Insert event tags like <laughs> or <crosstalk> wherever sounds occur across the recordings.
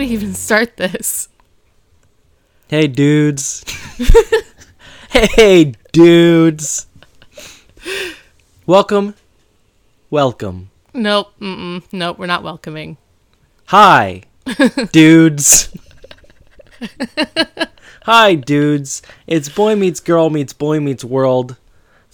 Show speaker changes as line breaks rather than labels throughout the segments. even start this?
Hey, dudes. <laughs> hey, dudes. Welcome. Welcome.
Nope. Mm-mm. Nope. We're not welcoming.
Hi, dudes. Hi, dudes. It's Boy Meets Girl Meets Boy Meets World,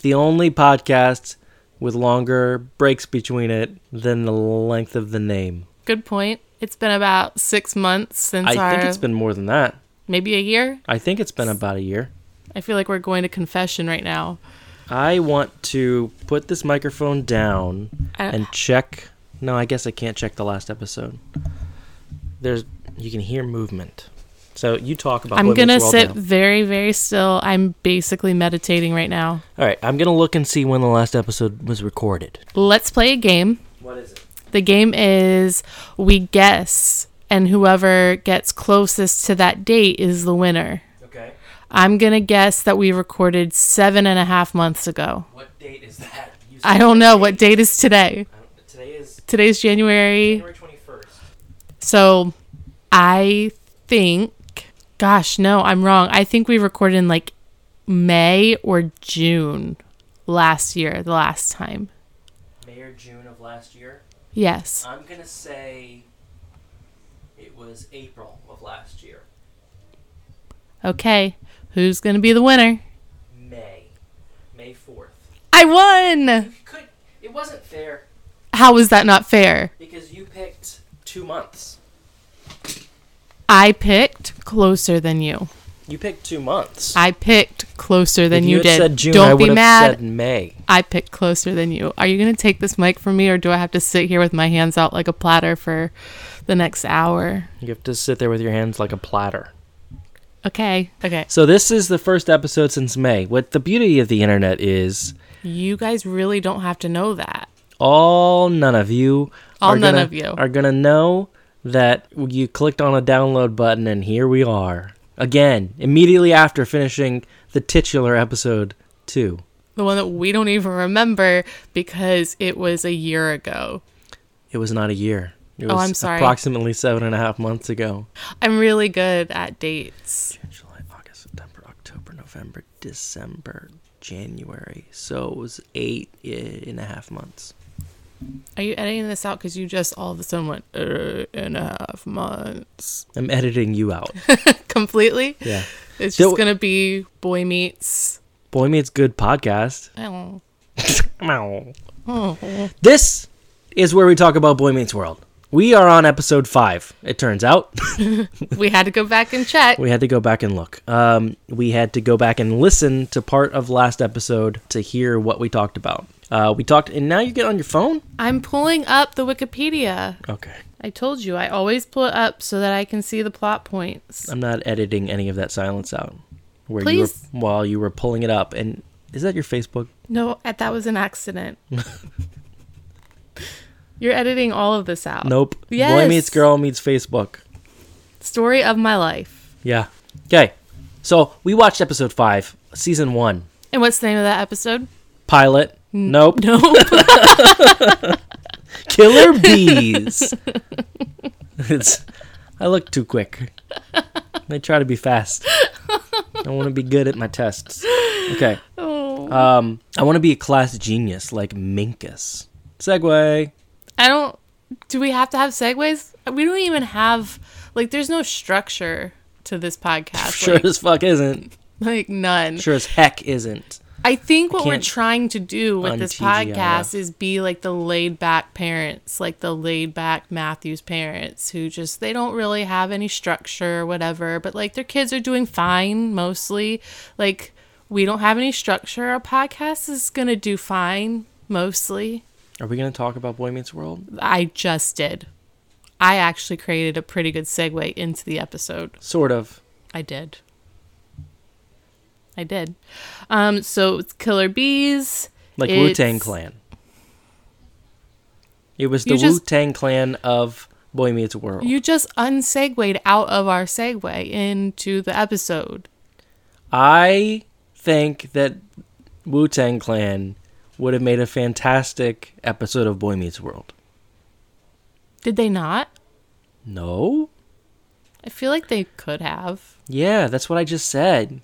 the only podcast with longer breaks between it than the length of the name.
Good point. It's been about six months since
I
our
think it's been more than that.
maybe a year.
I think it's been about a year.
I feel like we're going to confession right now.
I want to put this microphone down
I-
and check. No, I guess I can't check the last episode. There's you can hear movement. So you talk about.
I'm
Boy Meets
gonna
World
sit
now.
very, very still. I'm basically meditating right now.
All right, I'm gonna look and see when the last episode was recorded.
Let's play a game.
What is it?
The game is we guess, and whoever gets closest to that date is the winner.
Okay.
I'm gonna guess that we recorded seven and a half months ago.
What date is that? You
I don't know what date is today.
Today is
Today's January.
21st.
So I think, gosh, no, I'm wrong. I think we recorded in like May or June last year, the last time.
May or June of last year.
Yes.
I'm gonna say it was April of last year.
Okay. Who's going to be the winner?
May. May 4th.
I won.
Could it wasn't fair.
How is that not fair?
Because you picked two months.
I picked closer than you.
You picked two months.
I picked closer than
if
Ah, you,
had
did.
Said June,
Don't
I
be
would've
mad.
Said May.
I picked closer than you. Are you going to take this mic from me or do I have to sit here with my hands out like a platter for the next hour?
You have to sit there with your hands like a platter.
Okay. Okay.
So this is the first episode since May. What the beauty of the internet is,
You guys really don't have to know that.
all none of you,
All
are
none
gonna-
of you.
are gonna know that you clicked on a download button, and here we are again, immediately after finishing the titular episode two.
The one that we don't even remember because it was a year ago.
It was not a year. It was
Oh, I'm sorry.
approximately seven and a half months ago.
I'm really good at dates.
June, July, August, September, October, November, December, January. So it was eight i- and a half months.
Are you editing this out because you just all of a sudden went uh, and a half months <laughs>
I'm editing you out.
completely?
<laughs> Yeah.
It's
So-
just gonna be boy meets.
Boy Meets Good podcast.
Oh.
<laughs> Meow.
Oh.
This is where we talk about Boy Meets World. We are on episode five, it turns out. <laughs>
we had to go back and check.
we had to go back and look. Um, we had to go back and listen to part of last episode to hear what we talked about. Uh, we talked, and now you get on your phone?
I'm pulling up the Wikipedia.
Okay.
I told you I always pull it up so that I can see the plot points.
I'm not editing any of that silence out. Where
Please.
you were while you were pulling it up and is that your Facebook?
No, that that was an accident. You're editing all of this out.
Nope. Boy
Yes.
meets girl meets Facebook.
Story of my life.
Yeah. Okay. So we watched episode five, season one.
And what's the name of that
<laughs>
episode?
Pilot.
Hmm. <laughs>
Nope.
No.
Killer bees. <laughs> it's I look too quick. I try to be fast. I want to be good at my tests. Okay.
Oh.
Um I want to be a class genius like Minkus. Segway.
I don't. Do we have to have segues? We don't even have like. There's no structure to this podcast.
Sure
Like,
as fuck isn't.
like none.
Sure as heck isn't.
I think what we're
can't
trying to do with this
un-TGIF.
podcast is be like the laid back parents, like the laid back Matthews parents who just they don't really have any structure or whatever, but like their kids are doing fine mostly. Like we don't have any structure. Our podcast is going to do fine mostly.
Are we going to talk about Boy Meets World?
I just did. I actually created a pretty good segue into the episode.
Sort of.
I did. I did. Um, so it's Killer Bees.
Like
It's-
Wu Tang Clan. It was the
You just-
Wu Tang Clan of Boy Meets World.
You just unsegued out of our segue into the episode.
I think that Wu Tang Clan would have made a fantastic episode of Boy Meets World.
Did they not?
No?
I feel like they could have.
Yeah, that's what I just said.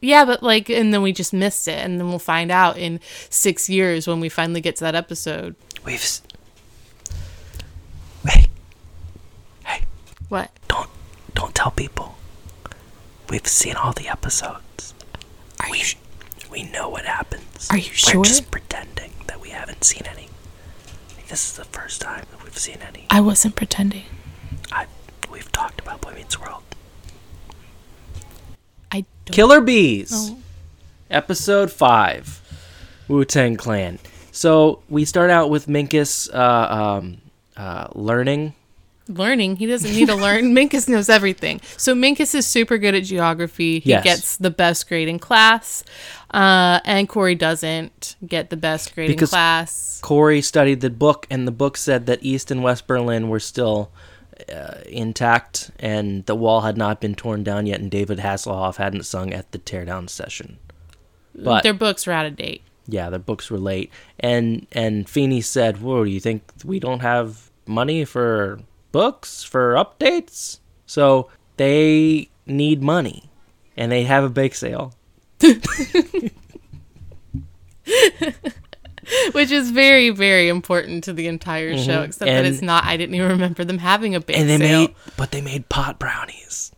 Yeah, but like, and then we just missed it, and then we'll find out in six years when we finally get to that episode.
We've. s- Hey, hey,
What?
don't don't tell people. We've seen all the episodes. Are we, you? We know what happens.
Are you
We're
sure?
just pretending that we haven't seen any. This is the first time that we've seen any.
I wasn't pretending.
I, we've talked about Boy Meets World.
I don't Oh.
Killer Bees,
know.
Episode 5, Wu Tang Clan. So we start out with Minkus uh, um, uh, learning.
Learning. He doesn't
<laughs>
need to learn. Minkus knows everything. So Minkus is super good at geography. He
Yes.
gets the best grade in class. Uh, and Corey doesn't get the best grade
Because-
in class.
Corey studied the book, and the book said that East and West Berlin were still uh, intact, and the wall had not been torn down yet, and David Hasselhoff hadn't sung at the teardown session. But
Their books were out of date.
yeah, their books were late, and and Feeney said, "Whoa, do you think we don't have money for books for updates? So they need money, and they have a bake sale."
which is very very important to the entire show except
Mm-hmm. And-
that it's not i didn't even remember them having a bake
and they
sale
made but they made pot brownies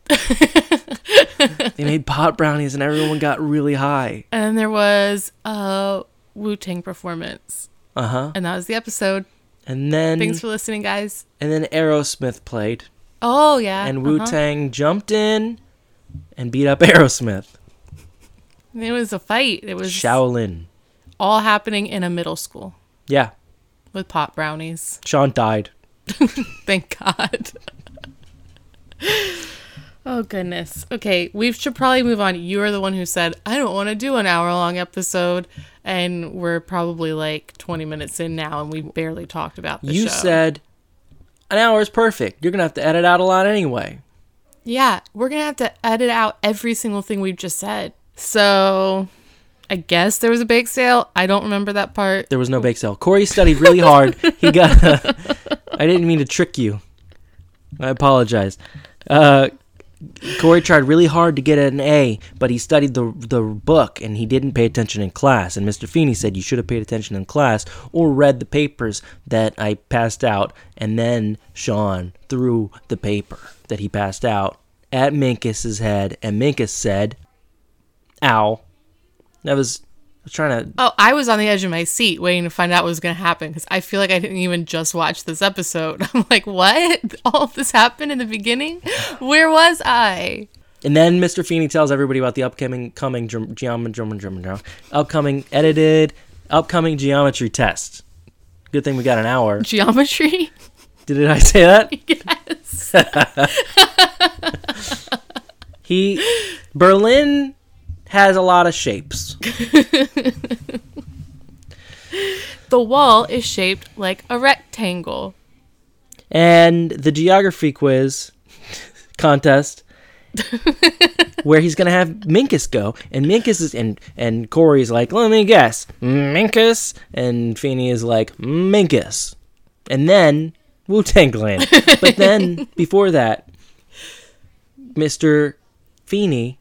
they made pot brownies and everyone got really high
and there was a wu-tang performance
uh-huh
and that was the episode
and then
thanks for listening guys
and then aerosmith played
oh yeah
and
uh-huh.
wu-tang jumped in and beat up <laughs> aerosmith
it was a fight it was
shaolin
all happening in a middle school
yeah
with pot brownies
sean died
thank god <laughs> Oh goodness. Okay, we should probably move on. You are the one who said I don't want to do an hour-long episode, and we're probably like twenty minutes in now, and we barely talked about the
you
show.
said an hour is perfect you're gonna have to edit out a lot anyway
Yeah, we're gonna have to edit out every single thing we've just said. So, I guess there was a bake sale. I don't remember that part.
there was no bake sale corey studied really hard he got I i didn't mean to trick you i apologize uh corey tried really hard to get an a but he studied the the book and he didn't pay attention in class and mr feeney said you should have paid attention in class or read the papers that i passed out and then sean threw the paper that he passed out at minkus's head and minkus said ow that was I was trying to
Oh, I was on the edge of my seat waiting to find out what was gonna happen because I feel like I didn't even just watch this episode. <laughs> I'm like, what? All of this happened in the beginning? Where was I?
And then Mr. Feeney tells everybody about the upcoming coming geom- geom- geom- geom- geom- upcoming edited upcoming geometry test. Good thing we got an hour.
Geometry? <laughs>
Did I say that? Yes. <laughs> he Berlin has a lot of shapes.
The wall is shaped like a rectangle.
And the geography quiz contest where he's gonna have Minkus go, and Minkus is and and Corey's like, let me guess, Minkus, and Feeney is like, Minkus, and then Wu Tang Clan. but then before that, Mister Feeney,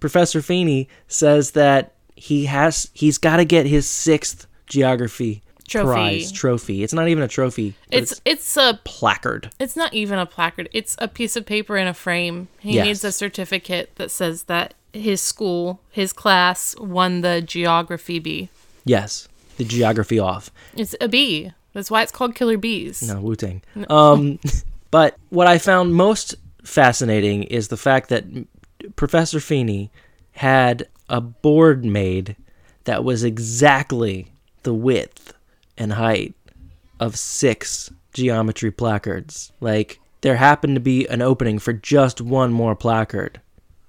Professor Feeney says that he has he's got to get his sixth geography
Trophy.
prize trophy. It's not even a trophy. but
It's it's a
placard.
it's not even a placard. It's a piece of paper in a frame. He
Yes.
needs a certificate that says that his school, his class won the geography bee.
Yes, the geography off.
It's a bee. That's why it's called killer bees.
No, Wu Tang. <laughs> Um, but what I found most fascinating is the fact that m- Professor Feeney had a board made that was exactly the width and height of six geometry placards. Like, there happened to be an opening for just one more placard.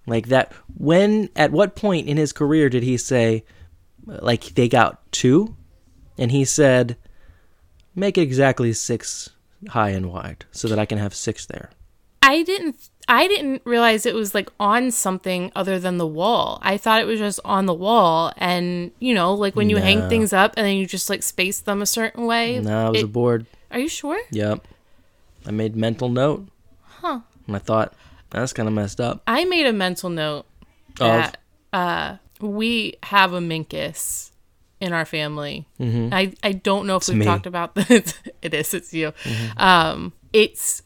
Like, that. When, at what point in his career did he say, like, they got two? And he said, make it exactly six high and wide so that I can have six there.
I didn't I didn't realize it was like on something other than the wall. I thought it was just on the wall and you know, like when you hang things up and then you just like space them a certain way.
No, I was
It-
aboard.
are you sure?
Yep. I made mental note. And I thought, that's kind of messed up.
I made a mental note
Of?
that uh, we have a minkus in our family. I, I don't know if we've
Mm-hmm. me. Mm-hmm.
talked about <laughs> this. it is, it's you. Um, it's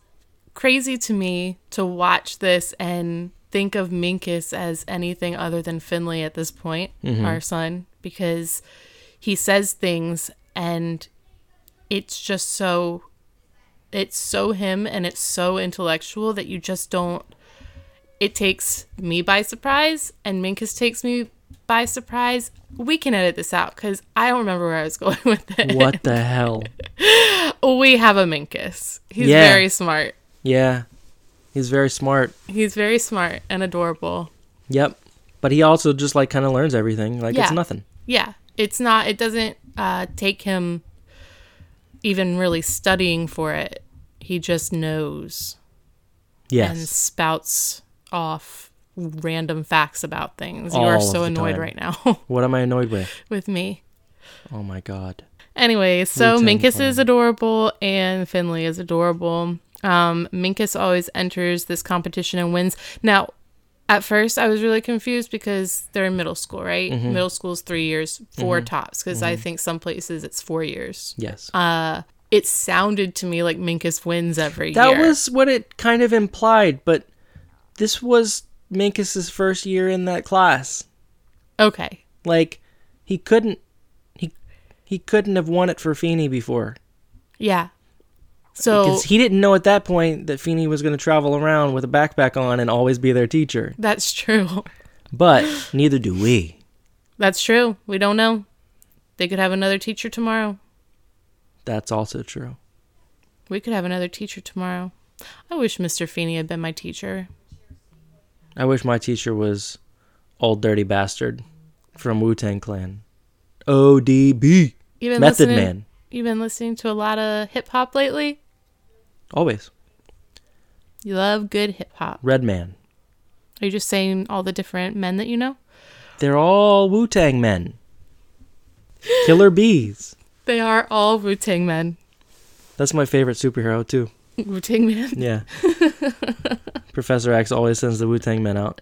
crazy to me to watch this and think of minkus as anything other than Finley at this point,
Mm-hmm.
our son, because he says things and it's just so it's so him and it's so intellectual that you just don't it takes me by surprise and minkus takes me by surprise we can edit this out because i don't remember where i was <laughs> going with it
What
<laughs>
the hell?
we have a minkus he's
Yeah.
very smart
Yeah. He's very smart.
he's very smart and adorable
Yep. But he also just like kind of learns everything like it's
Yeah.
nothing.
yeah it's not it doesn't uh, take him even really studying for it he just knows and
Yes.
spouts off random facts about things you
All
are
of
so
the
annoyed
time.
right now <laughs>
what am I annoyed with?
with me
Oh my god.
Anyway, so
Routine
Minkus
plan.
is adorable and Finley is adorable. Um, Minkus always enters this competition and wins. Now, at first, I was really confused because they're in middle school, right?
Mm-hmm.
Middle school's three years, 4 tops, because I think some places it's four years.
Yes.
Uh, it sounded to me like Minkus wins every
that
year.
was what it kind of implied, but this was Minkus's first year in that class.
okay.
Like he couldn't he he couldn't have won it for Feeney before.
Yeah. So Oh.
Because he didn't know at that point that Feeney was gonna travel around with a backpack on and always be their teacher.
that's true. <laughs>
But neither do we.
That's true. We don't know. They could have another teacher tomorrow.
That's also true.
We could have another teacher tomorrow. I wish Mr. Feeney had been my teacher.
I wish my teacher was old dirty bastard from Wu Tang Clan. ODB.
Even
Method
listening,
Man.
You've been listening to a lot of hip hop lately.
Always.
You love good hip hop.
Red Man.
Are you just saying all the different men that you know?
They're all Wu Tang men. Killer bees.
They are all Wu Tang men.
That's my favorite superhero too.
Wu Tang
<laughs>
men. <laughs>
Yeah. Professor X always sends the Wu Tang men out.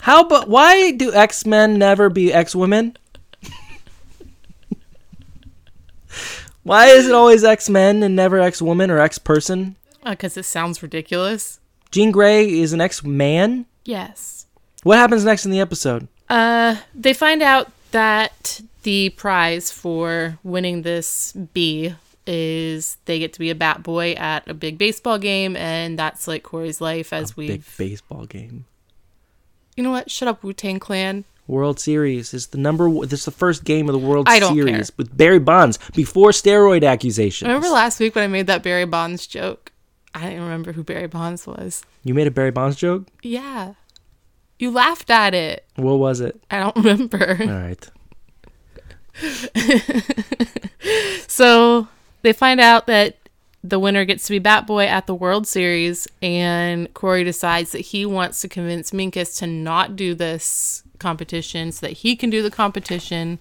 How but why do X men never be X women? <laughs> why is it always X men and never X woman or X person?
Because Uh, it sounds ridiculous.
Jean Grey is an X man.
Yes.
What happens next in the episode?
Uh, they find out that the prize for winning this B is they get to be a bat boy at a big baseball game, and that's like Corey's life as we.
Big
have
baseball game.
You know what? Shut up, Wu Tang Clan.
World Series is the number. one- This is the first game of the World
I don't
Series with Barry Bonds before steroid accusations.
Remember last week when I made that Barry Bonds joke? I didn't remember who Barry Bonds was.
you made a Barry Bonds joke.
Yeah. You laughed at it.
What
<laughs>
was it?
I don't remember.
All right.
So they find out that the winner gets to be Bat Boy at the World Series, and Corey decides that he wants to convince Minkus to not do this competition so that he can do the competition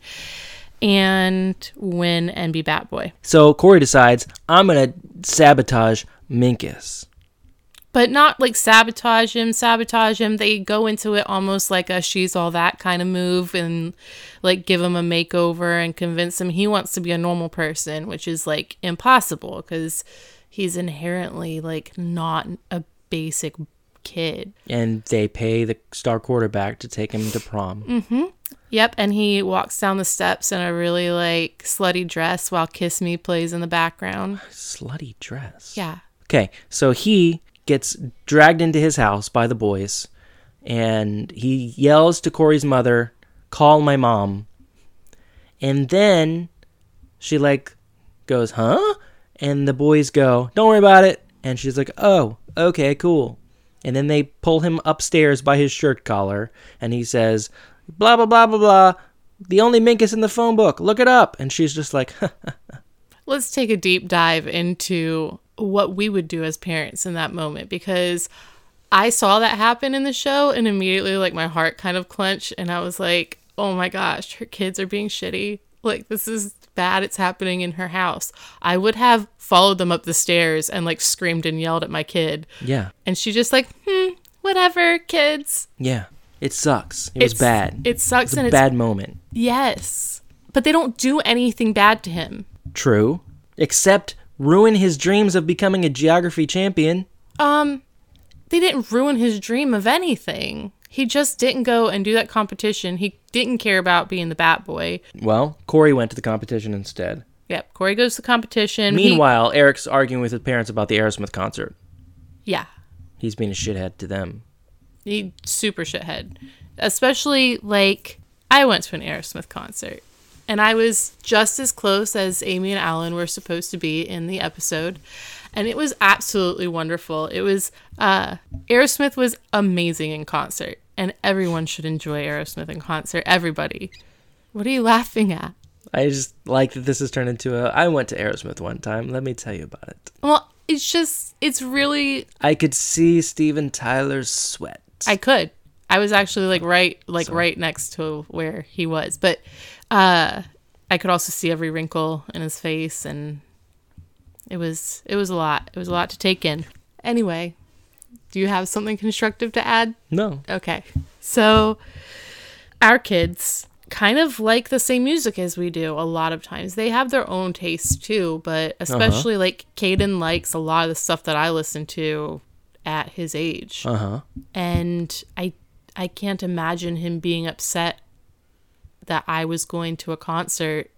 and win and be Bat Boy.
So Corey decides I'm gonna sabotage Minkus.
but not like sabotage him, sabotage him. They go into it almost like a she's all that kind of move and like give him a makeover and convince him he wants to be a normal person, which is like impossible because he's inherently like not a basic kid.
And they pay the star quarterback to take him to prom.
Yep, and he walks down the steps in a really like slutty dress while Kiss Me plays in the background.
Slutty dress.
Yeah.
Okay, so he gets dragged into his house by the boys, and he yells to Corey's mother, "Call my mom." And then she like goes, "Huh?" And the boys go, "Don't worry about it." And she's like, "Oh, okay, cool." And then they pull him upstairs by his shirt collar, and he says, "Blah blah blah blah blah." The only Minkus in the phone book. Look it up. And she's just like,
let's take a deep dive into what we would do as parents in that moment because I saw that happen in the show and immediately like my heart kind of clenched and I was like, "Oh my gosh, her kids are being shitty. Like this is bad it's happening in her house. I would have followed them up the stairs and like screamed and yelled at my kid.
Yeah.
And she just like, hmm, whatever, kids.
Yeah. It sucks. It was
It's-
bad.
It sucks
it's a
and
bad moment.
it's yes. But they don't do anything bad to him.
True. Except ruin his dreams of becoming a geography champion.
Um, they didn't ruin his dream of anything. He just didn't go and do that competition. He didn't care about being the bat boy.
Well, Corey went to the competition instead.
Yep, Corey goes to the competition. He-
Meanwhile, Eric's arguing with his parents about the Aerosmith concert.
yeah,
He's being a shithead to them.
he super shithead. Especially like I went to an Aerosmith concert, and I was just as close as Amy and Alan were supposed to be in the episode, and it was absolutely wonderful. It was uh, Aerosmith was amazing in concert, and everyone should enjoy Aerosmith in concert. Everybody, what are you laughing at?
I just like that this has turned into a. I went to Aerosmith one time. Let me tell you about it.
Well, it's just it's really
I could see Steven Tyler's sweat.
I could. I was actually like right like right next to where he was, but uh I could also see every wrinkle in his face and it was it was a lot. It was a lot to take in. Anyway, do you have something constructive to add?
no.
Okay. So our kids kind of like the same music as we do a lot of times. They have their own tastes too, but especially like Caden likes a lot of the stuff that I listen to at his age
Uh huh.
and I I can't imagine him being upset that I was going to a concert.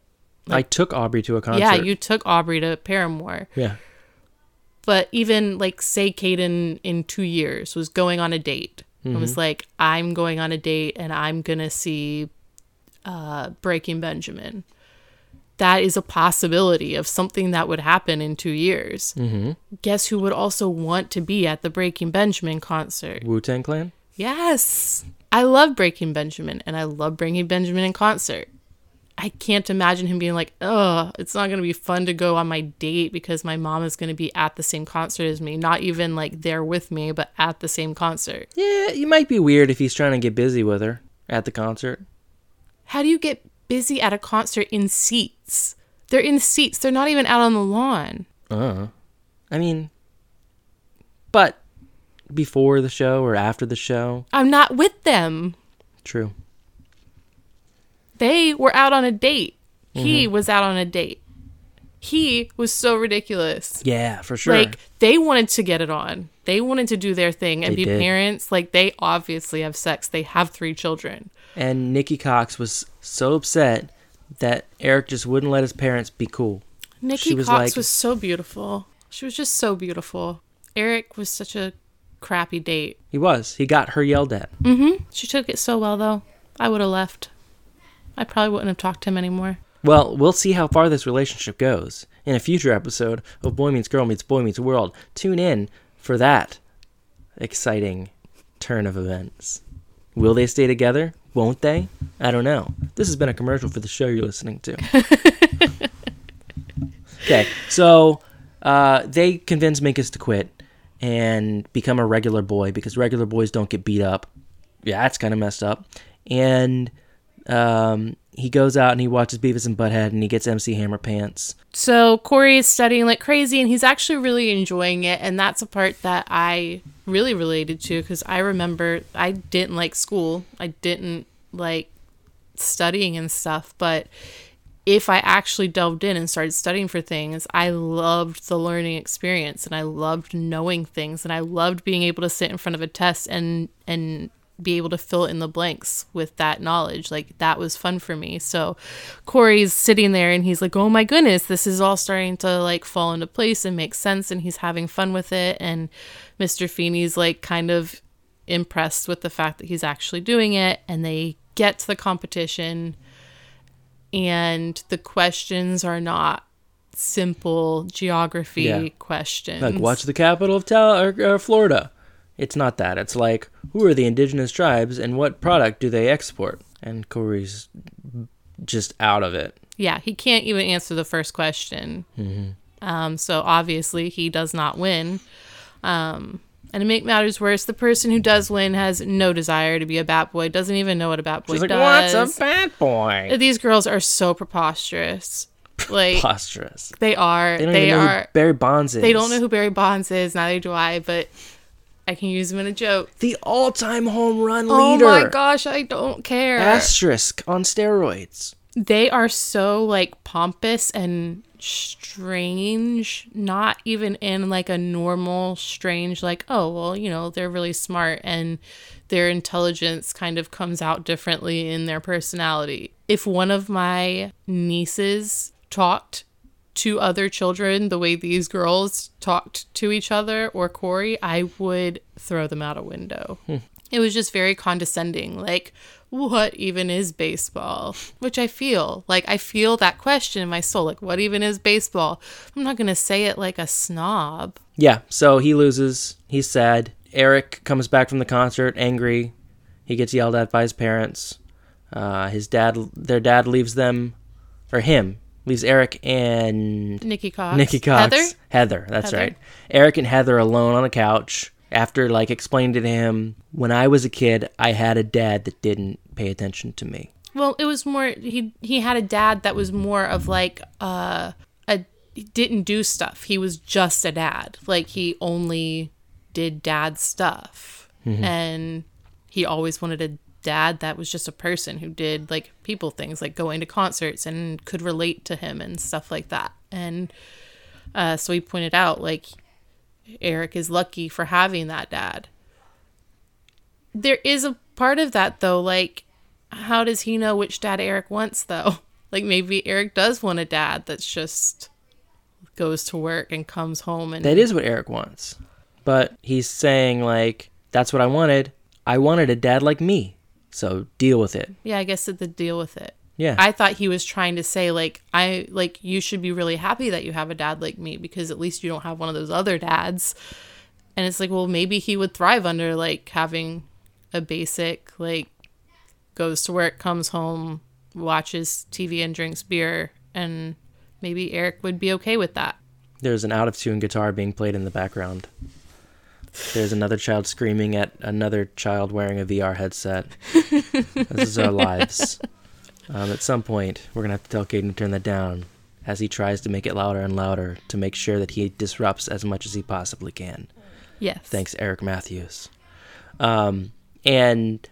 I took Aubrey to a concert.
Yeah, you took Aubrey to Paramore.
Yeah.
But even like say Caden in 2 years was going on a date. and was like I'm going on a date and I'm going to see uh Breaking Benjamin. That is a possibility of something that would happen in 2 years. Mm-hmm. Guess who would also want to be at the Breaking Benjamin concert?
Wu Tang Clan.
Yes. I love Breaking Benjamin and I love Breaking Benjamin in concert. I can't imagine him being like, oh, it's not going to be fun to go on my date because my mom is going to be at the same concert as me. Not even like there with me, but at the same concert.
Yeah, it might be weird if he's trying to get busy with her at the concert.
How do you get busy at a concert in seats? They're in seats, they're not even out on the lawn.
Uh. I mean, but before the show or after the show.
I'm not with them.
True.
They were out on a date. He was out on a date. He was so ridiculous.
Yeah, for sure.
Like they wanted to get it on. They wanted to do their thing and
They
be
did.
parents. Like they obviously have sex. They have three children.
and Nikki Cox was so upset that Eric just wouldn't let his parents be cool.
Nikki
She was
Cox
like-
was so beautiful. She was just so beautiful. Eric was such a crappy date.
He was. He got her yelled at.
She took it so well though. I would have left. I probably wouldn't have talked to him anymore.
Well, we'll see how far this relationship goes in a future episode of Boy Meets Girl Meets Boy Meets World. Tune in for that exciting turn of events. Will they stay together? Won't they? I don't know. This has been a commercial for the show you're listening to. okay, so uh, they convince Minkus to quit and become a regular boy because regular boys don't get beat up. Yeah, that's kind of messed up. And um, he goes out and he watches Beavis and Butthead and he gets MC Hammer pants.
So Corey is studying like crazy and he's actually really enjoying it. And that's a part that I really related to because I remember I didn't like school. I didn't like studying and stuff. But if I actually delved in and started studying for things, I loved the learning experience and I loved knowing things and I loved being able to sit in front of a test and and be able to fill in the blanks with that knowledge. Like that was fun for me. So Corey's sitting there and he's like, "Oh my goodness, this is all starting to like fall into place and make sense." And he's having fun with it. And Mr. Feeney's like kind of impressed with the fact that he's actually doing it. And they get to the competition and the questions are not simple geography
Yeah.
questions.
Like, what's the capital of Tal- or, or Florida? It's not that. It's like, who are the indigenous tribes and what product do they export? And Corey's just out of it.
Yeah, he can't even answer the first question.
Mm-hmm.
Um, so obviously he does not win. Um, and to make matters worse, the person who does win has no desire to be a bat boy. Doesn't even know what a bat boy
He's like,
does.
what's a bad boy?
These girls are so preposterous. Like
Preposterous.
they are. They,
They don't even know
are.
who Barry Bonds is.
they don't know who Barry Bonds is. Neither do I. But I can use him in a joke.
the all-time home run
Oh
leader.
my gosh, I don't care.
Asterisk on steroids.
they are so like pompous and strange not even in like a normal strange like oh well you know they're really smart and their intelligence kind of comes out differently in their personality if one of my nieces talked to other children the way these girls talked to each other or corey i would throw them out a window it was just very condescending like what even is baseball which i feel like i feel that question in my soul like what even is baseball i'm not going to say it like a snob
Yeah, so he loses. He's sad. Eric comes back from the concert angry. He gets yelled at by his parents. Uh, his dad, their dad, leaves them, or him leaves Eric and
nikki cox
Nikki Cox.
heather
Heather, that's
Heather.
right. Eric and Heather alone on a couch after like explaining to him when I was a kid, I had a dad that didn't pay attention to me.
well it was more he he had a dad that was more of like uh a he didn't do stuff he was just a dad like he only did dad stuff and he always wanted a dad that was just a person who did like people things like going to concerts and could relate to him and stuff like that and uh, so he pointed out like eric is lucky for having that dad there is a part of that though like how does he know which dad eric wants though <laughs> like maybe eric does want a dad that's just goes to work and comes home and
That is what Eric wants. But he's saying like that's what I wanted. I wanted a dad like me. So deal with it.
yeah i guess that the deal with it
Yeah.
I thought he was trying to say like I like you should be really happy that you have a dad like me because at least you don't have one of those other dads. And it's like, well, maybe he would thrive under like having a basic like goes to work, comes home, watches TV and drinks beer and maybe Eric would be okay with that.
There's an out of tune guitar being played in the background. There's another child screaming at another child wearing a VR headset. this is our lives. Um, at some point, we're going to have to tell Caden to turn that down as he tries to make it louder and louder to make sure that he disrupts as much as he possibly can.
Yes.
Thanks, Eric Matthews. Um, and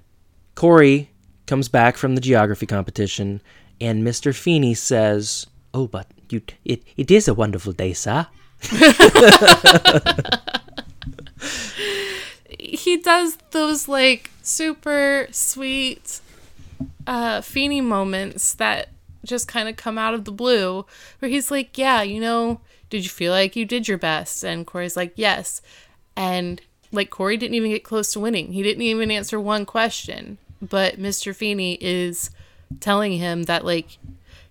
Corey comes back from the geography competition, and Mr. Feeney says, "Oh, but you, it, it is a wonderful day, sir."
he does those like super sweet uh Feeny moments that just kind of come out of the blue where he's like, "Yeah, you know, did you feel like you did your best?" And Corey's like, "Yes." And like Corey didn't even get close to winning. He didn't even answer one question, but Mr. Feeney is telling him that like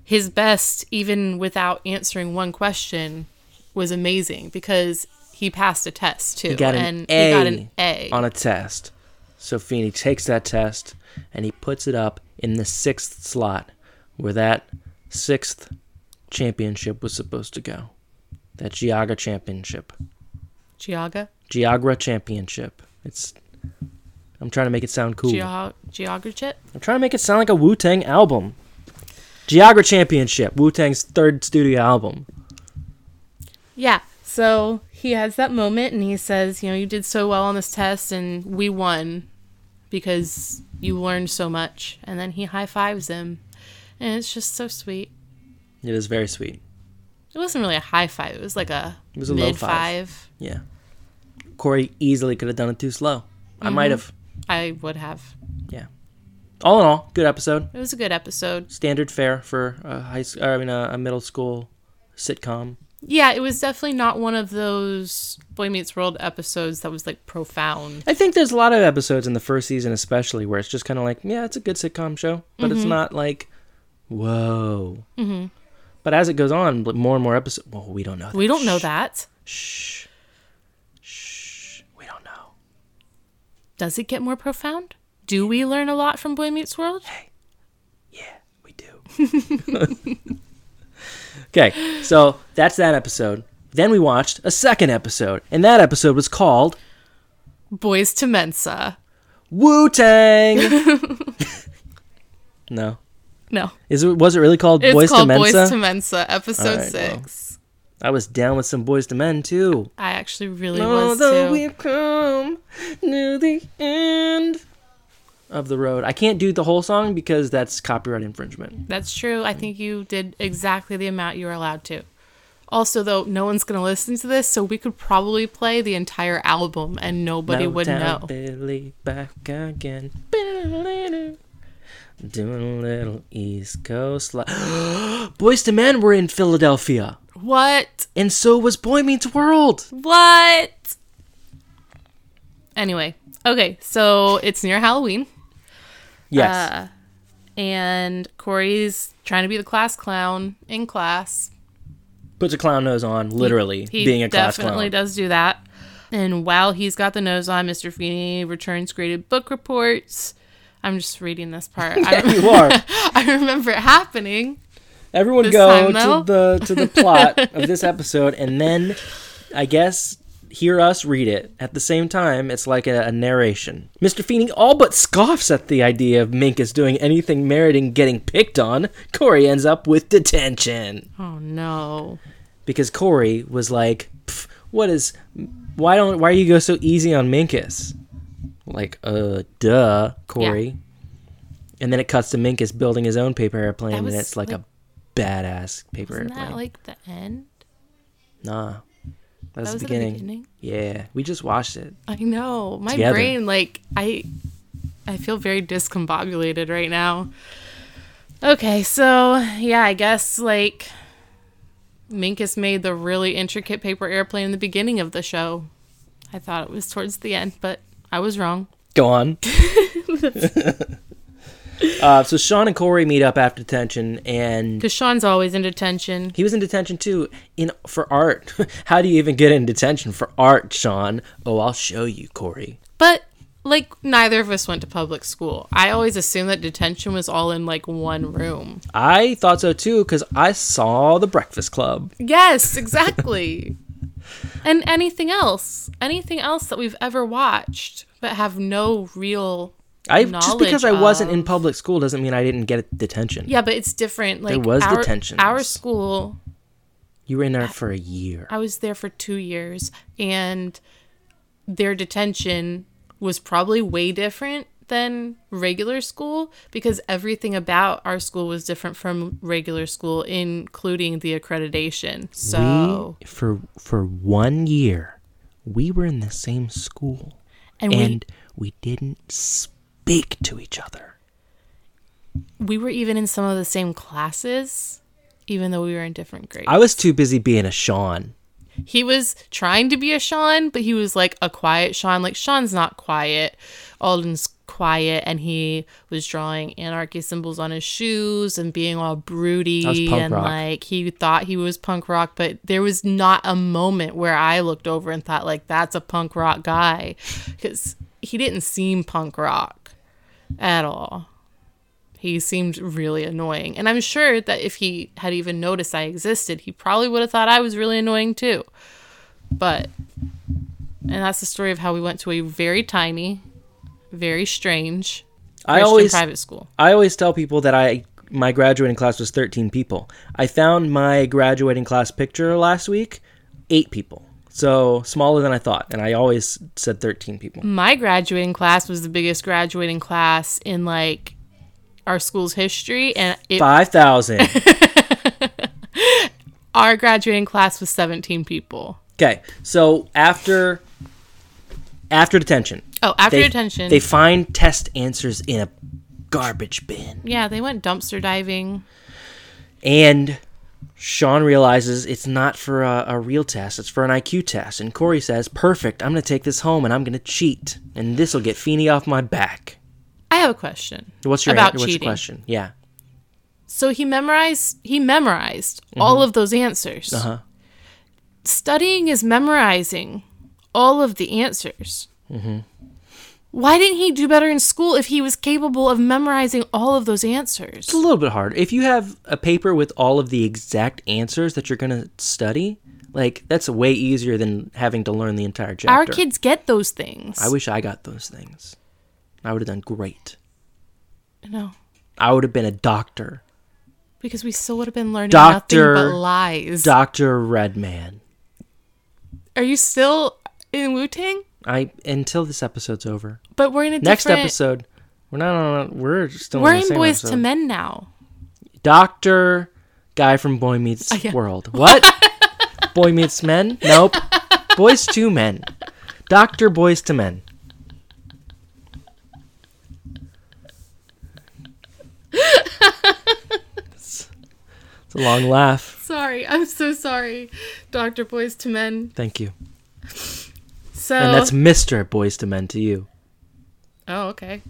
his best even without answering one question was amazing because he passed a test too
He got an,
and
a,
he got an A
on a test. So Feeney takes that test and he puts it up in the sixth slot, where that sixth championship was supposed to go, that Geaga championship.
Giaga?
Geagra Championship. It's. I'm trying to make it sound cool.
Geo- Geograchit?
I'm trying to make it sound like a Wu Tang album. Geagra Championship, Wu Tang's third studio album.
Yeah. So he has that moment and he says, you know, you did so well on this test and we won because you learned so much. And then he high fives him. And it's just so sweet.
It is very sweet.
It wasn't really a high five, it was like a,
was a low
mid
five.
five.
Yeah. Corey easily could have done it too slow. I might have.
I would have.
Yeah. All in all, good episode.
It was a good episode.
Standard fare for a high s- or I mean a, a middle school sitcom.
Yeah, it was definitely not one of those Boy Meets World episodes that was like profound.
I think there's a lot of episodes in the first season, especially, where it's just kind of like, yeah, it's a good sitcom show, but it's not like, whoa. Mm-hmm. But as it goes on, bl- more and more episodes. Well, we don't know.
We don't know
Shh.
that.
Shh. Shh. We don't know.
Does it get more profound? Do we learn a lot from Boy Meets World?
Yeah, we do. <laughs> okay, so that's that episode. Then we watched a second episode, and that episode was called
Boys to Mensa.
Wu Tang. <laughs> no,
No.
Is it was it really called
It's
Boys
called
to Mensa?
Boys to Mensa, episode
Alright, well.
six.
I was down with some Boys to Men too.
I actually really was
Although
too.
we've come near the end of the road. I can't do the whole song because that's copyright infringement.
That's true. I think you did exactly the amount you were allowed to. Also, though, no one's going to listen to this, so we could probably play the entire album and nobody would
Downtown
know.
Billy back again. Doing a little East Coast li- <gasps> Boys to Men were in Philadelphia.
What?
And so was Boy Meets World.
What? Anyway, okay, so it's near Halloween,
Yes.
Uh, and Corey's trying to be the class clown in class.
Puts a clown nose on, literally, being a class clown.
definitely does do that. And while he's got the nose on, Mr. Feeney returns graded book reports. I'm just reading this part. I,
<laughs>
rem-
you are.
I remember it happening.
Everyone
This time,
go
though?
to the to the
<laughs>
plot of this episode and then I guess hear us read it. At the same time, it's like a, a narration. Mr. Feeney all but scoffs at the idea of Minkus doing anything meriting getting picked on. Corey ends up with detention.
Oh no.
Because Corey was like, "Pff, what is why don't why you go so easy on Minkus? Like, uh duh, Corey. And then it cuts to Minkus building his own paper airplane
was,
and it's like,
like-
a badass paper
Isn't
airplane.
that like the end?
Nah. That was,
That was
the,
at the
beginning.
beginning?
Yeah. We just watched it.
I know. My
Together.
brain like I I feel very discombobulated right now. Okay, so yeah, I guess like Minkus made the really intricate paper airplane in the beginning of the show. I thought it was towards the end, but I was wrong.
Go
<laughs>
on. <laughs> uh, so Sean and Corey meet up after detention and
Because Sean's always in detention.
he was in detention too in for art. <laughs> How do you even get in detention for art, Sean? Oh, I'll show you, Corey.
But like neither of us went to public school. I always assumed that detention was all in like one room.
I thought so too because I saw The Breakfast Club.
Yes, exactly. <laughs> and anything else, anything else that we've ever watched but have no real.
I just because I
Knowledge
wasn't in
of-
public school doesn't mean I didn't get detention.
Yeah, but it's different. Like
was
our,
detentions.
Our school,
You were in there for a year.
I was there for two years, and their detention was probably way different than regular school because everything about our school was different from regular school, including the accreditation. So
We for for one year, we were in the same school.
and,
and we didn't speak to each other.
we we were even in some of the same classes, even though we were in different grades.
I was too busy being a Sean.
he was trying to be a Sean, but he was like a quiet Sean. Like Sean's not quiet. Alden's quiet, and he was drawing anarchy symbols on his shoes and being all broody
was punk
and
rock.
like he thought he was punk rock, but there was not a moment where I looked over and thought like that's a punk rock guy because he didn't seem punk rock at all. He seemed really annoying. And I'm sure that if he had even noticed I existed, he probably would have thought I was really annoying too. But, and that's the story of how we went to a very tiny, very strange
I
Christian
always
private school.
I always tell people that I my graduating class was 13 people. I found my graduating class picture last week, 8 people. So smaller than I thought, and I always said 13 people.
My graduating class was the biggest graduating class in like our school's history. And it, <laughs>
5,000.
our graduating class was 17 people.
okay. So after after detention,
Oh, after
they,
detention.
they find test answers in a garbage bin.
yeah, they went dumpster diving.
And Sean realizes it's not for a, a real test, it's for an IQ test. And Corey says, Perfect, I'm going to take this home and I'm going to cheat. And this will get Feeney off my back.
I have a question.
What's your,
About
what's your
cheating.
question? Yeah.
So he memorized he memorized all of those answers.
Mm-hmm. Uh-huh.
Studying is memorizing all of the answers.
Mm-hmm.
Why didn't he do better in school if he was capable of memorizing all of those answers?
It's a little bit hard. If you have a paper with all of the exact answers that you're going to study, like that's way easier than having to learn the entire chapter.
Our kids get those things.
I wish I got those things. I would have done great.
no.
I would have been a doctor.
because we still would have been learning
Doctor-
nothing but lies.
Dr. Redman.
Are you still in Wu Tang?
I until this episode's over.
But we're in a
Next
different.
episode. We're not on we're still
We're
on the
in
same
Boys
episode.
to Men now.
Doctor guy from Boy
<laughs>
Meets
Oh, yeah.
World. What? Boy Meets Men? Nope. Boys to Men. Doctor Boys to Men. It's, it's a long laugh.
Sorry, I'm so sorry, Doctor Boys to Men.
Thank you.
So
And that's Mister Boys to Men to you.
oh okay.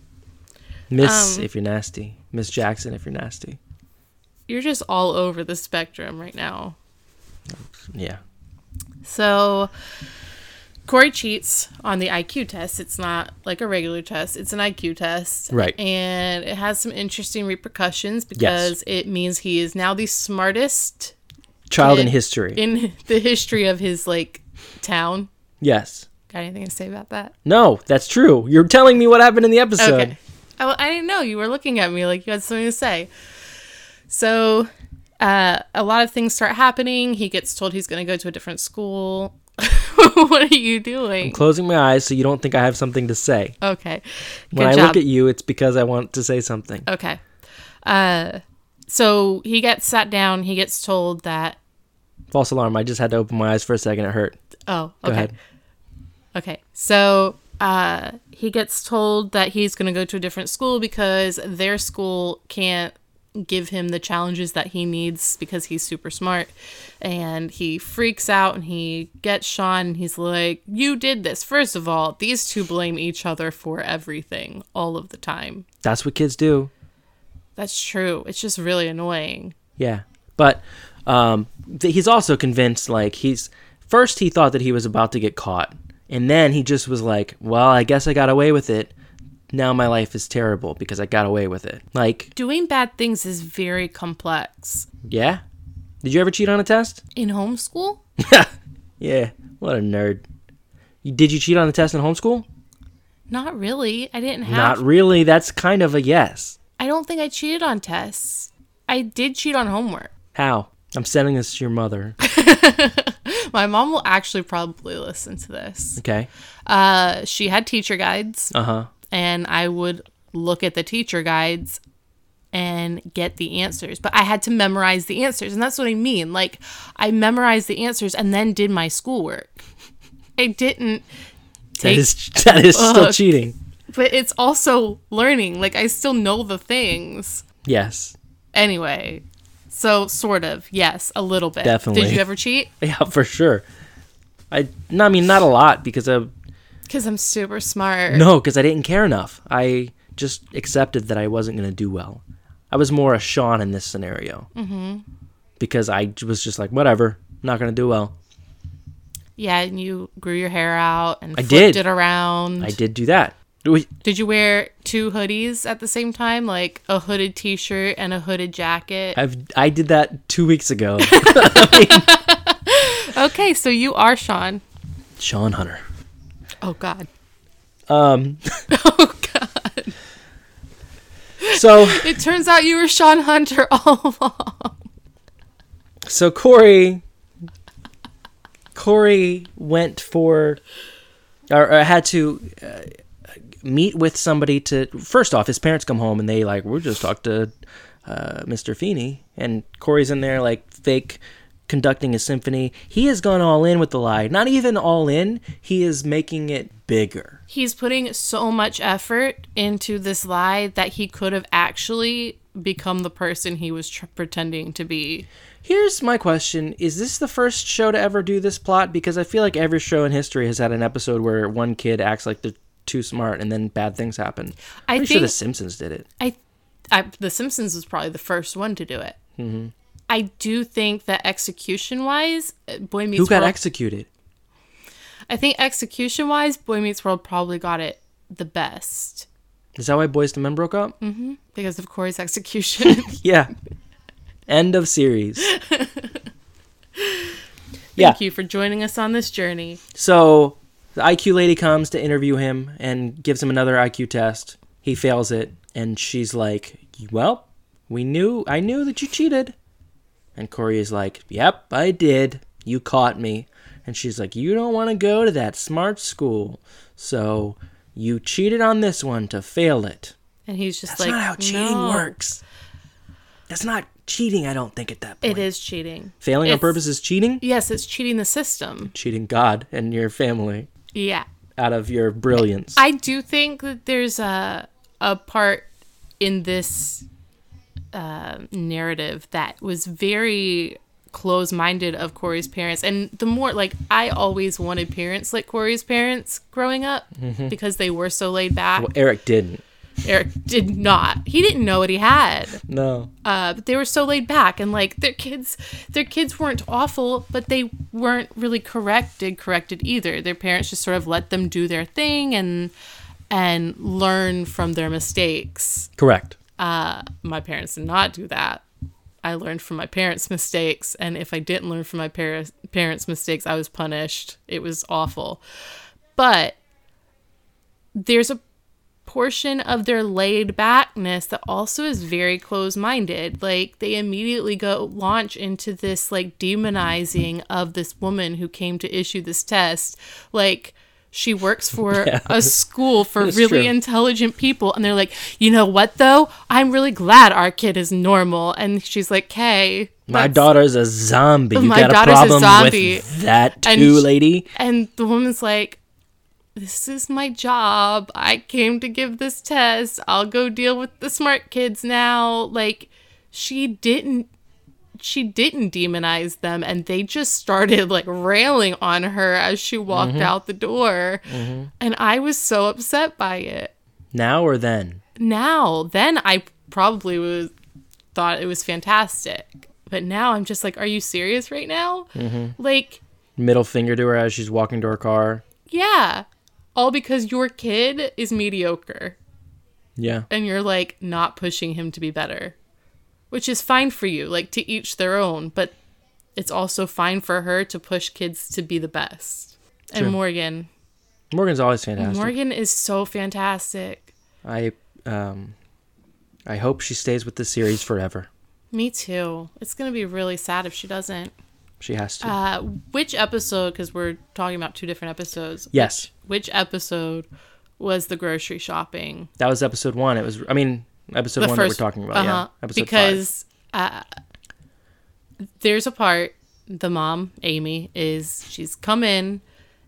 Miss
Um,
if you're nasty. Miss Jackson if you're nasty.
You're just all over the spectrum right now.
Yeah.
So Corey cheats on the IQ test. It's not like a regular test, it's an IQ test.
Right.
And it has some interesting repercussions because it means he is now the smartest
Child in
Kid
history.
in <laughs> the history of his like town.
yes.
Got anything to say about that?
No, that's true. You're telling me what happened in the episode.
Okay. I, I didn't know you were looking at me like you had something to say. So, uh, a lot of things start happening. He gets told he's going to go to a different school. <laughs> what are you doing?
closing my eyes so you don't think I have something to say.
Okay. Good
when I
job.
look at you, it's because I want to say something.
Okay. Uh, so he gets sat down. He gets told that.
False alarm. I just had to open my eyes for a second. It hurt.
Oh, okay.
Go ahead.
Okay. So uh, he gets told that he's going to go to a different school because their school can't give him the challenges that he needs because he's super smart. And he freaks out and he gets Sean and he's like, You did this. First of all, these two blame each other for everything all of the time.
That's what kids do.
That's true. It's just really annoying.
Yeah. But um, th- he's also convinced, like, he's first he thought that he was about to get caught. And then he just was like, well, I guess I got away with it. Now my life is terrible because I got away with it. Like,
Doing bad things is very complex.
yeah. Did you ever cheat on a test?
In homeschool?
Yeah. What a nerd. You- Did you cheat on the test in homeschool?
Not really. I didn't have
Not really. That's kind of a yes.
I don't think I cheated on tests. I did cheat on homework.
How? I'm sending this to your mother.
My mom will actually probably listen to this. <laughs>
Okay.
Uh, she had teacher guides,
Uh huh.
and I would look at the teacher guides and get the answers. But I had to memorize the answers, and that's what I mean. Like, I memorized the answers and then did my schoolwork. I didn't
That
take,
is <laughs> that is still
Fuck.
cheating.
but it's also learning. Like, I still know the things.
Yes.
Anyway, so sort of, yes, a little bit.
Definitely.
Did you ever cheat?
Yeah, for sure. I no, I mean not a lot because I
Because I'm super smart.
no, because I didn't care enough. I just accepted that I wasn't going to do well. I was more a Sean in this scenario. Mm-hmm. Because I j- was just like, whatever, not going to do well.
Yeah, and you grew your hair out and flipped
did.
it around.
I did do that. Do we-
Did you wear two hoodies at the same time, like a hooded T-shirt and a hooded jacket?
I've I did that two
<laughs>
weeks ago.
okay, so you are Sean.
Sean Hunter.
Oh God.
Um.
<laughs>
<laughs>
Oh God.
So
It turns out you were Sean Hunter <laughs> all along.
so Corey, Corey went for, or, or had to uh, meet with somebody to. First off, his parents come home and they like, we'll just talk to uh, Mr. Feeney, and Corey's in there like fake conducting a symphony. He has gone all in with the lie. Not even all in. He is making it bigger.
He's putting so much effort into this lie that he could have actually become the person he was tr- pretending to be.
Here's my question: Is this the first show to ever do this plot? Because I feel like every show in history has had an episode where one kid acts like they're too smart, and then bad things happen.
I
I'm pretty sure The
think-
Simpsons did it.
I, I The Simpsons was probably the first one to do it.
Mm-hmm.
I do think that execution wise, Boy Meets
Who got
World.
executed?
I think execution wise, Boy Meets World probably got it the best
Is that why Boys to Men broke
Mm.
up?
because of Corey's
<laughs>
execution.
Yeah. End of series. yeah.
Thank you for joining us on this journey.
So the IQ lady comes to interview him and gives him another IQ test. He fails it, and she's like, "Well, We knew I knew that you cheated. And Corey is like, Yep, I did. You caught me. And she's like, You don't want to go to that smart school. So you cheated on this one to fail it.
And he's just
That's
like,
not how cheating
"No,
works. That's not cheating, I don't think, at that point.
It is cheating.
Failing on
It's-
purpose is cheating?
Yes, it's cheating the system.
Cheating God and your family
Yeah.
out of your brilliance.
I do think that there's a a part in this uh, narrative that was very close minded of Corey's parents, and the more like I always wanted parents like Corey's parents growing up because they were so laid back.
well, Eric didn't.
Eric did not. He didn't know what he had.
No.
Uh, but they were so laid back and like their kids their kids weren't awful but they weren't really corrected corrected either their parents just sort of let them do their thing and and learn from their mistakes
Correct.
uh, my parents did not do that i learned from my parents mistakes and if i didn't learn from my par- parents mistakes i was punished it was awful but there's a portion of their laid backness that also is very close minded. Like they immediately go launch into this like demonizing of this woman who came to issue this test. Like she works for a school for
That's
really
true.
intelligent people and they're like, "You know what though? I'm really glad our kid is normal." And she's like, "Hey,
My
that's-
daughter's a zombie. You
My
got a
daughter's a
problem
zombie.
with that
And
too,
sh-
lady?
And the woman's like, This is my job. I came to give this test. I'll go deal with the smart kids now. Like, she didn't she didn't demonize them and they just started like railing on her as she walked out the door and i was so upset by it
Now or then?
now then i probably was thought it was fantastic but now i'm just like are you serious right now like
Middle finger to her as she's walking to her car.
Yeah. All because your kid is mediocre
Yeah.
and you're like not pushing him to be better, which is fine for you, like to each their own, but it's also fine for her to push kids to be the best.
True.
And Morgan,
Morgan's always fantastic.
Morgan is so fantastic.
I um I hope she stays with the series forever.
Me too. It's going to be really sad if she doesn't.
She has to.
Uh, which episode, because we're talking about two different episodes,
yes.
which episode was the grocery shopping
That was episode 1. It was I mean episode 1 that we're talking about, yeah.
uh-huh,
Episode five.
because Uh, there's a part the mom Amy is she's come in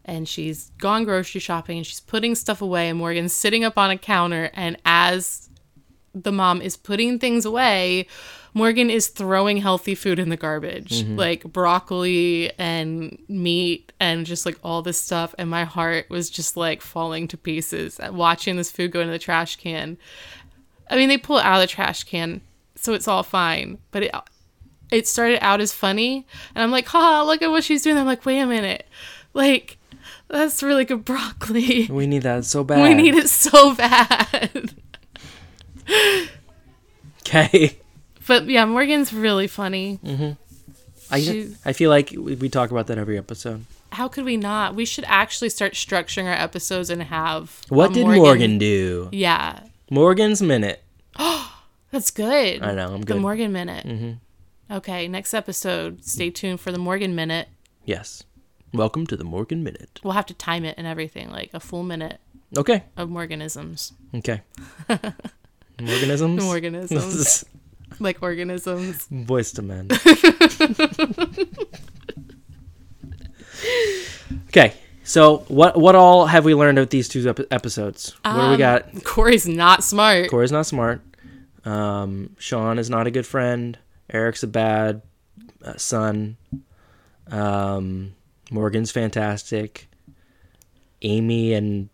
and she's gone grocery shopping and she's putting stuff away and Morgan's sitting up on a counter and as the mom is putting things away Morgan is throwing healthy food in the garbage
Mm-hmm.
like broccoli and meat and just like all this stuff and my heart was just like falling to pieces at watching this food go into the trash can I mean, they pull it out of the trash can, so it's all fine. But it it started out as funny, and I'm like, "Ha! Look at what she's doing." I'm like, "Wait a minute, like that's really good broccoli. <laughs>
We need that so bad.
We need it so bad."
<laughs>
<laughs>
Okay.
But yeah, Morgan's really funny.
I
Shoot.
I feel like we, we talk about that every episode.
How could we not? We should actually start structuring our episodes and have a
What did Morgan, do?
Yeah,
Morgan's minute.
that's good.
I know, I'm
The
good. Mm-hmm.
Morgan minute. Okay, next episode. Stay tuned for the Morgan minute.
Yes. Welcome to the Morgan minute.
We'll have to time it and everything, like a full minute.
Okay.
of
<laughs>
Morganisms. <laughs>
Okay. Morganisms. <laughs>
Morganisms. like organisms. <laughs>
Voice to men. okay, so what what all have we learned of these two ep- episodes? what do we
Um,
got?
Corey's not smart.
Corey's not smart. Um, Sean is not a good friend. Eric's a bad uh, son. Um, Morgan's fantastic. Amy and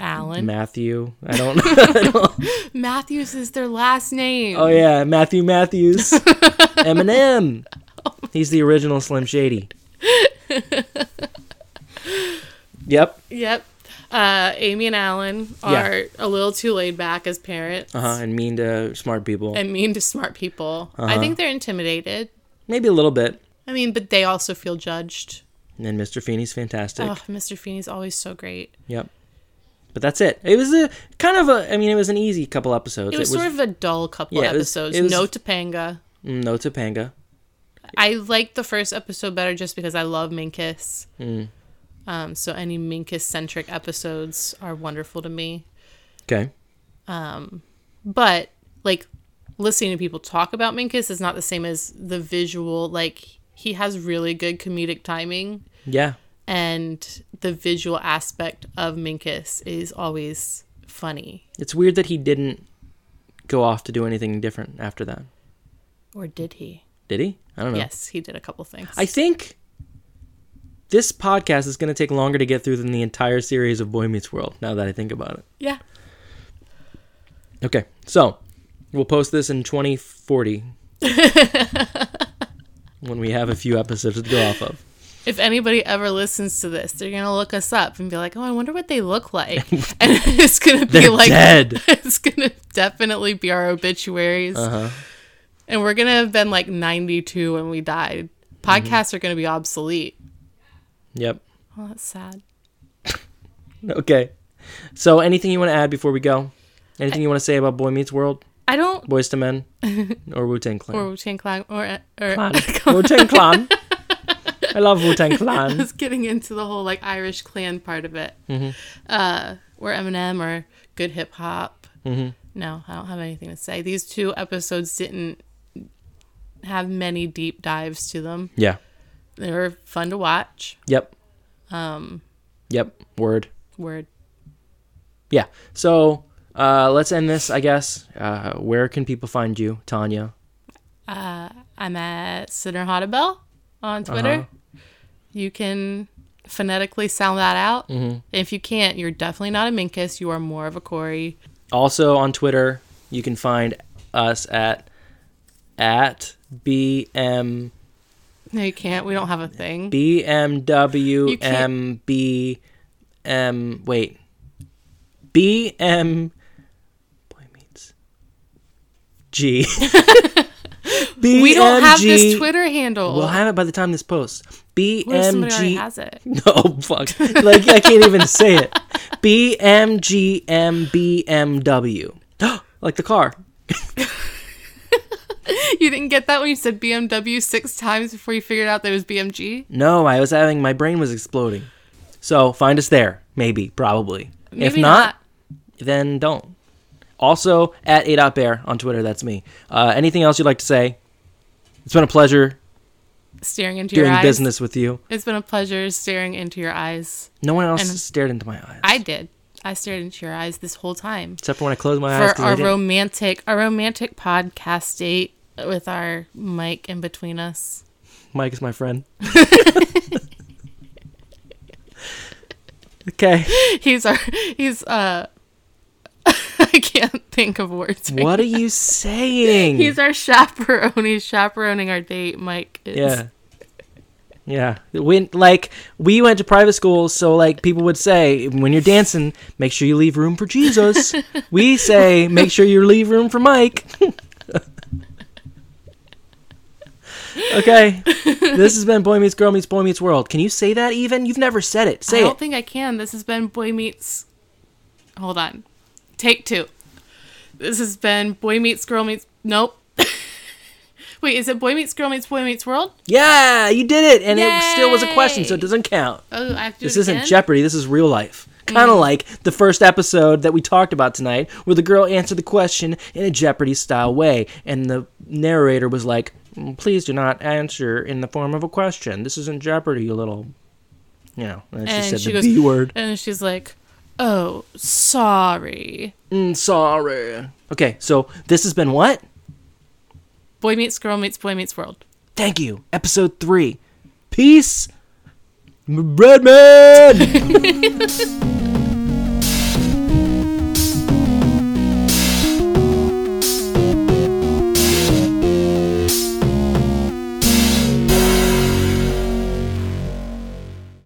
Alan.
Matthew. I don't.
Matthews is their last name.
oh yeah, Matthew
<laughs>
Matthews. Eminem. He's the original Slim Shady. yep.
Yep. Uh, Amy and Alan
Yeah.
are a little too laid back as parents
Uh-huh, and mean to smart people.
and mean to smart people.
Uh-huh.
I think they're intimidated.
Maybe a little bit.
I mean, but they also feel judged.
And then Mr. Feeney's fantastic.
Oh, Mr. Feeney's always so great.
Yep. But that's it. It was a kind of a. I mean, it was an easy couple episodes.
It was, sort of a dull couple
Yeah, it was-
episodes.
it was-
no Topanga.
mm, no Topanga.
I liked the first episode better just because I love Minkus.
Mm.
Um, so any Minkus centric episodes are wonderful to me.
Okay.
But like listening to people talk about Minkus is not the same as the visual. Like he has really good comedic timing,
Yeah.
and the visual aspect of Minkus is always funny.
It's weird that he didn't go off to do anything different after that.
Or did he?
Did he? I don't know.
Yes, he did a couple things.
I think this podcast is going to take longer to get through than the entire series of Boy Meets World. Now that I think about it.
yeah.
Okay, so we'll post this in 2040 when we have a few episodes to go off of.
If anybody ever listens to this, they're gonna look us up and be like, "Oh, I wonder what they look
<laughs>
like," and it's gonna be
They're
like,
dead.
<laughs> "It's gonna definitely be our obituaries,"
Uh-huh.
and we're gonna have been like ninety-two when we died.
Mm-hmm.
Podcasts are gonna be obsolete.
Yep.
Oh, that's sad.
Okay. So, anything you want to add before we go? Anything you want to say about Boy Meets World,
I don't.
Boys to Men, or Wu Tang
Or
Clan?
Wu Tang Clan. Or <laughs> or
Wu Tang Clan. I love Wu Tang
<laughs>
Clan.
was getting into the whole like Irish clan part of it. Uh, or Eminem or good hip hop. No, I don't have anything to say. These two episodes didn't have many deep dives to them.
Yeah.
They were fun to watch.
Yep. Um. Yep. Word.
Word.
Yeah. So, uh, let's end this, I guess. Uh, where can people find you, Tanya?
I'm at Sinner Hottabell on Twitter. You can phonetically sound that out. If you can't, you're definitely not a Minkus. You are more of a Corey.
Also on Twitter, you can find us at at BM
No, you can't. We don't have a thing.
BMW M
can't-
B M wait. BM Boy meets G. <laughs>
we don't have this
BMG
Twitter handle.
We'll have it by the time this posts.
What if somebody already
BMG
has it?
<laughs> No fuck. Like I can't even say it. BMGMBMW. <gasps> like the car.
<laughs> You didn't get that when you said BMW six times before you figured out there was BMG?
No, I was having my brain was exploding. So find us there, maybe, probably. if
Maybe
not, then don't. Also at a.bear on Twitter, that's me. Uh, anything else you'd like to say? It's been a pleasure
Staring into
doing
your eyes.
business with you.
It's been a pleasure staring into your eyes.
No one else
And-
stared into my eyes.
I did. I stared into your eyes this whole time.
except for when I closed my eyes.
For
'cause I
our
didn't.
romantic our romantic podcast date with our mic in between us. <laughs>
Mike is my friend. okay.
He's our he's uh <laughs> I can't think of words. right
What are you saying?
now. He's our chaperone. He's chaperoning our date, Mike. Is.
Yeah. Yeah. When like we went to private school, so like people would say, when you're dancing, make sure you leave room for
<laughs>
Jesus. we say, make sure you leave room for Mike. okay. This has been Boy Meets Girl Meets Boy Meets World. Can you say that even? You've never said it.
I
Say
don't
it.
think I can. This has been Boy Meets. Hold on. Take two. This has been Boy Meets Girl Meets. Nope. <laughs> Wait, is it Boy Meets Girl Meets Boy Meets World?
yeah, you did it. And it still was a question, so it
Yay.
doesn't count.
Oh, I have to do
This
it Mm.
isn't
again?
Jeopardy. This is real life. Kind of like the first episode that we talked about tonight, where the girl answered the question in a Jeopardy style way, and the narrator was like, "Mm, "Please do not answer in the form of a question. This isn't Jeopardy, you little." You know, and she
And
said
she
the
goes-
B word.
And she's like, oh, sorry.
Mm, sorry. Okay, so this has been what?
Boy Meets Girl Meets Boy Meets World.
Thank you. Episode three. Peace, Redman.